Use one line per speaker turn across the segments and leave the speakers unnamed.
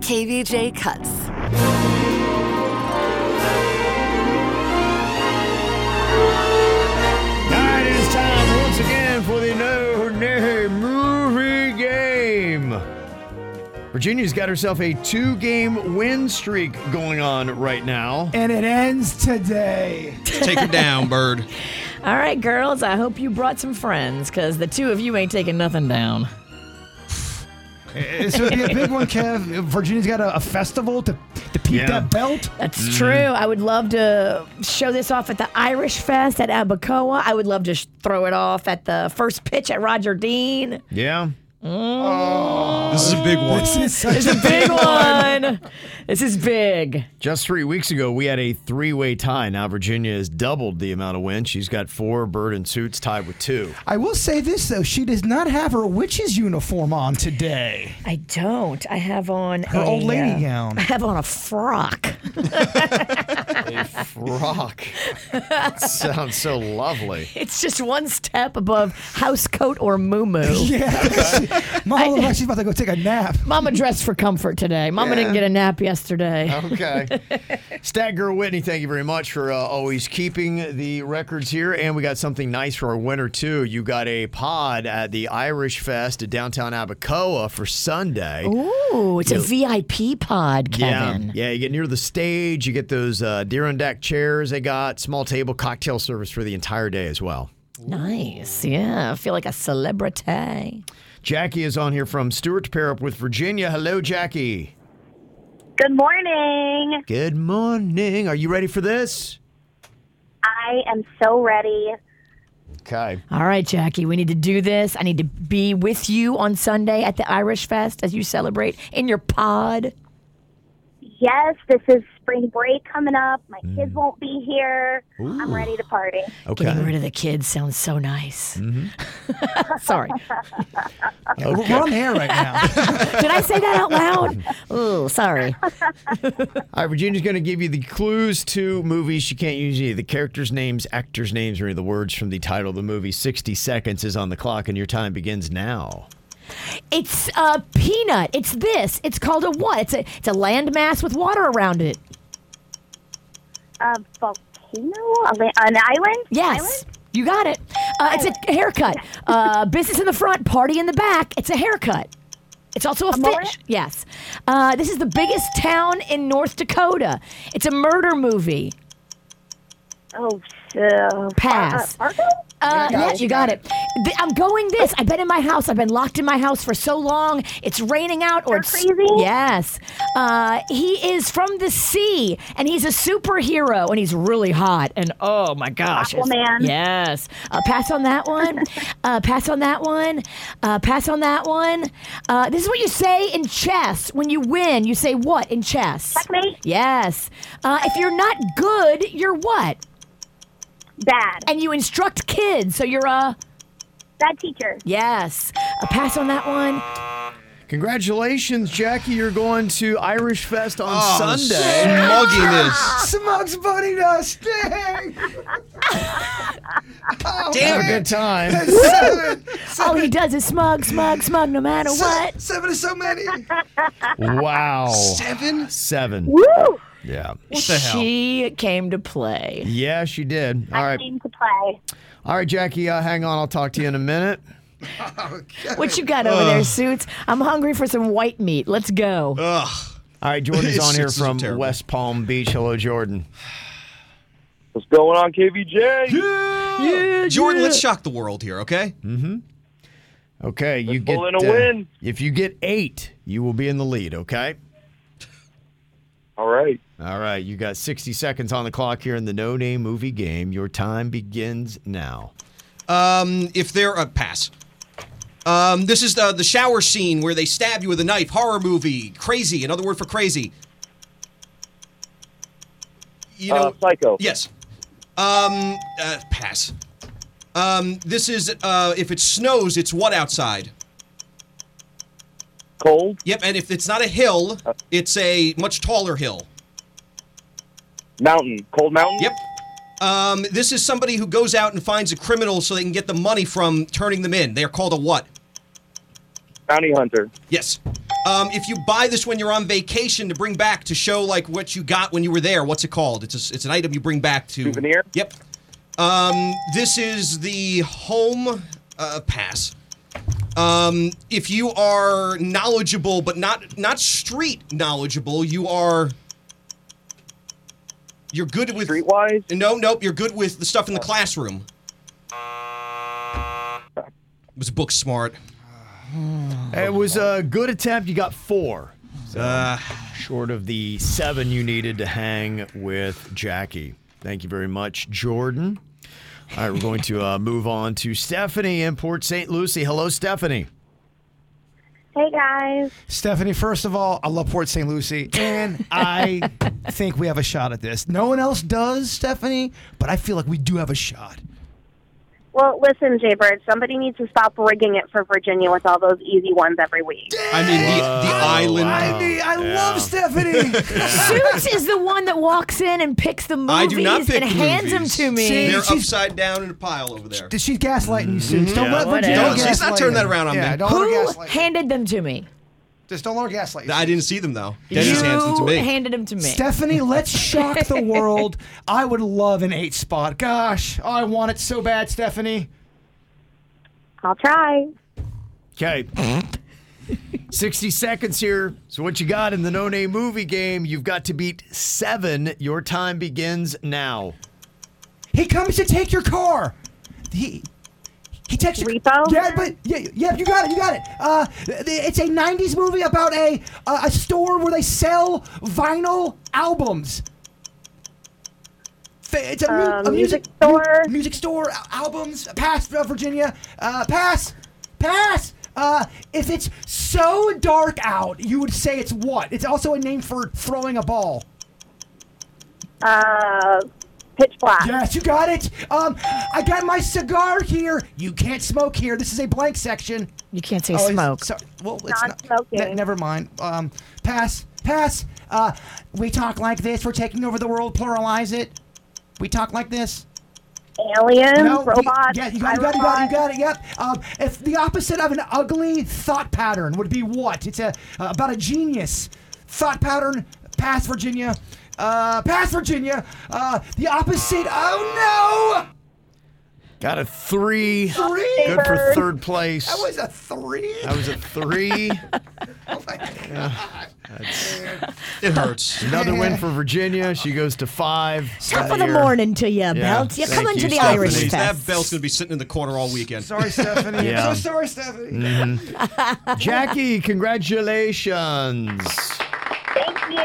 KVJ Cuts.
Now it is time once again for the No Nay Movie Game. Virginia's got herself a two game win streak going on right now.
And it ends today.
Take her down, bird.
All right, girls, I hope you brought some friends because the two of you ain't taking nothing down.
This would be a big one, Kev. Virginia's got a, a festival to, to peak
Yeah.
that belt.
That's true. I would love to show this off at the Irish Fest at Abacoa. I would love to sh- throw it off at the first pitch at Roger Dean.
Yeah.
This is a big one.
This is such
It's a big one. This is big.
Just three weeks ago, we had a three way tie. Now Virginia has doubled the amount of wins. She's got four, Bird and Suits tied with two.
I will say this though, she does not have her witch's uniform on today.
I don't. I have on
Her
a,
old lady
uh,
gown.
I have on a frock.
Rock. Sounds so lovely.
It's just one step above house coat or moo moo.
Yeah. Mama looks like she's about to go take a nap.
Mama dressed for comfort today. Mama didn't get a nap yesterday.
Okay. Stat Girl Whitney, thank you very much for uh, always keeping the records here. And we got something nice for our winner, too. You got a pod at the Irish Fest at downtown Abacoa for Sunday.
Ooh, it's a VIP pod, Kevin.
Yeah, yeah. You get near the stage. You get those uh, deer on deck chairs. They got small table cocktail service for the entire day as well.
Nice. Yeah. I feel like a celebrity.
Jackie is on here from Stewart to pair up with Virginia. Hello, Jackie.
Good morning.
Good morning. Are you ready for this?
I am so ready.
Okay.
All right, Jackie, we need to do this. I need to be with you on Sunday at the Irish Fest as you celebrate in your pod.
Yes, this is spring break coming up. My
Mm.
kids won't be here. I'm ready to party.
Getting
Okay.
rid of the kids sounds so nice.
Mm-hmm.
Sorry.
We're- We're on the air right now.
Did I say that out loud? Ooh, sorry.
All right, Virginia's going to give you the clues to movies. She can't use any of the characters' names, actors' names, or any of the words from the title of the movie. 60 seconds is on the clock, and your time begins now.
It's a peanut. It's this. It's called a what? It's a it's a landmass with water around it.
A Um, volcano? A la- An island?
Yes.
Island?
You got it. Uh, it's a haircut. Uh, business in the front, party in the back. It's a haircut. It's also a,
mullet?
fish. Yes. Uh, this is the biggest town in North Dakota. It's a murder movie.
Oh, so.
Pass.
Uh, Fargo?
Uh, yeah, you got it. Th- I'm going this. I've been in my house. I've been locked in my house for so long. It's raining out, or
You're
it's
crazy?
yes. Uh, he is from the sea, and he's a superhero, and he's really hot. And oh my gosh, it's-
Aquaman.
Yes. Uh, pass on that one. uh, pass on that one. Uh, pass on that one. Uh, this is what you say in chess when you win. You say what in chess?
Checkmate?
Yes. Uh, if you're not good, you're what?
Bad.
And you instruct kids, so you're a.
Bad teacher.
Yes. A pass on that one.
Congratulations, Jackie. You're going to Irish Fest on
Oh,
Sunday.
Smugginess.
Smug's bunny does sting. Oh,
Have a
man.
good time.
Seven.
All he does is smug, smug, smug, no matter what.
Se- Seven is so many.
wow.
Seven?
Seven.
Woo!
Yeah.
What the hell?
She came to play.
Yeah, she did. All
I
right.
came to play.
All right, Jackie, uh, hang on. I'll talk to you in a minute.
What you got over there, Suits? I'm hungry for some white meat. Let's go.
Ugh.
All right, Jordan's
It's-
on here
it's
from
terrible.
West Palm Beach. Hello, Jordan.
What's going on, KVJ?
Jordan, let's shock the world here, okay?
Okay, you get
pull in a win.
If you get eight, you will be in the lead. Okay.
All right.
All right, you got 60 seconds on the clock here in the No Name Movie Game. Your time begins now.
If they're a uh, pass. Um, this is the the shower scene where they stab you with a knife. Horror movie. Crazy. Another word for crazy. You know.
Uh, Psycho.
Yes. Um. Uh, pass. Um. This is uh. If it snows, it's what outside.
Cold.
Yep. And if it's not a hill, it's a much taller hill.
Mountain. Cold mountain.
Yep. Um. This is somebody who goes out and finds a criminal so they can get the money from turning them in. They are called a what?
Bounty hunter.
Yes. Um, if you buy this when you're on vacation to bring back to show like what you got when you were there, what's it called? It's a, it's an item you bring back to
Souvenir?
Yep. Um, this is the home uh, pass. Um, if you are knowledgeable but not not street knowledgeable, you are you're good with
Streetwise.
no, nope. You're good with the stuff in the classroom. Was book smart?
It was a good attempt. You got four. So, short of the seven you needed to hang with Jackie. Thank you very much, Jordan. All right, we're going to uh, move on to Stephanie in Port St. Lucie. Hello, Stephanie.
Hey guys.
Stephanie, first of all, I love Port St. Lucie, and I think we have a shot at this. No one else does, Stephanie, but I feel like we do have a shot.
Well, listen, Jaybird. Somebody needs to stop rigging it for Virginia with all those easy ones every week.
I mean, the, the island.
I mean, I love Stephanie.
Suits is the one that walks in and picks the movies
I do not pick
and hands
movies.
them to me.
See?
They're
She's-
upside down in a pile over there.
She's gaslighting you, Suits. Don't let Virginia
Don't-
gaslight
she's not turning that around on
you.
me.
Yeah, don't let her
Who
gaslight you.
handed them to me?
Just don't let her gaslight you.
I didn't see them though. Dennis
you
hands them to me.
handed them to me.
Stephanie, let's shock the world. I would love an eight spot. Gosh, I want it so bad, Stephanie.
I'll try.
Okay. 60 seconds here. So, what you got in the no name movie game? You've got to beat seven. Your time begins now.
He comes to take your car. He he takes your
Repo?
Yeah, but yeah, yeah, you got it, you got it. Uh, th- it's a '90s movie about a uh, a store where they sell vinyl albums. Fa- It's a, mu-
Uh,
a music
music
mu-
store?
music store al- albums. Pass, uh, Virginia. Uh, pass, pass. Uh, if it's so dark out, you would say it's what? It's also a name for throwing a ball.
Uh, pitch black.
Yes, you got it. Um, I got my cigar here. You can't smoke here. This is a blank section.
you can't say
Oh, it's-
smoke.
So, well, it's
Not
not,
smoking.
ne- never mind. Um, pass, pass. Uh, we talk like this. We're taking over the world. Pluralize it. We talk like this.
Aliens.
No, we-
robots.
yeah, you got, it, you got it. You got it. You got it. Yep. Um, if the opposite of an ugly thought pattern would be what? It's a uh, about a genius thought pattern. Pass, Virginia. Uh, pass, Virginia. Uh, the opposite. Oh no.
Got a three.
Three.
Good for third place.
That was a three.
That was a three.
Oh my God.
It hurts.
Another win for Virginia. She goes to five.
Top of the
Here.
morning to you, Belt. You
Thank
come into
you,
the
Stephanie.
Irish
That
Fest.
That belt's gonna be sitting in the corner all weekend.
Sorry, Stephanie.
Yeah.
I'm so sorry, Stephanie.
Jackie, congratulations.
Thank you.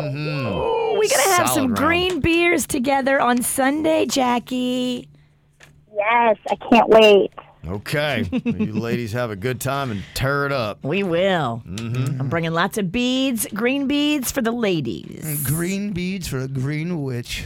Mm-hmm.
Ooh, We're gonna
Solid
have some
round.
green beers together on Sunday, Jackie.
Yes, I can't wait.
Okay. you ladies have a good time and tear it up.
We will. I'm bringing lots of beads, green beads for the ladies.
Green beads for a green witch.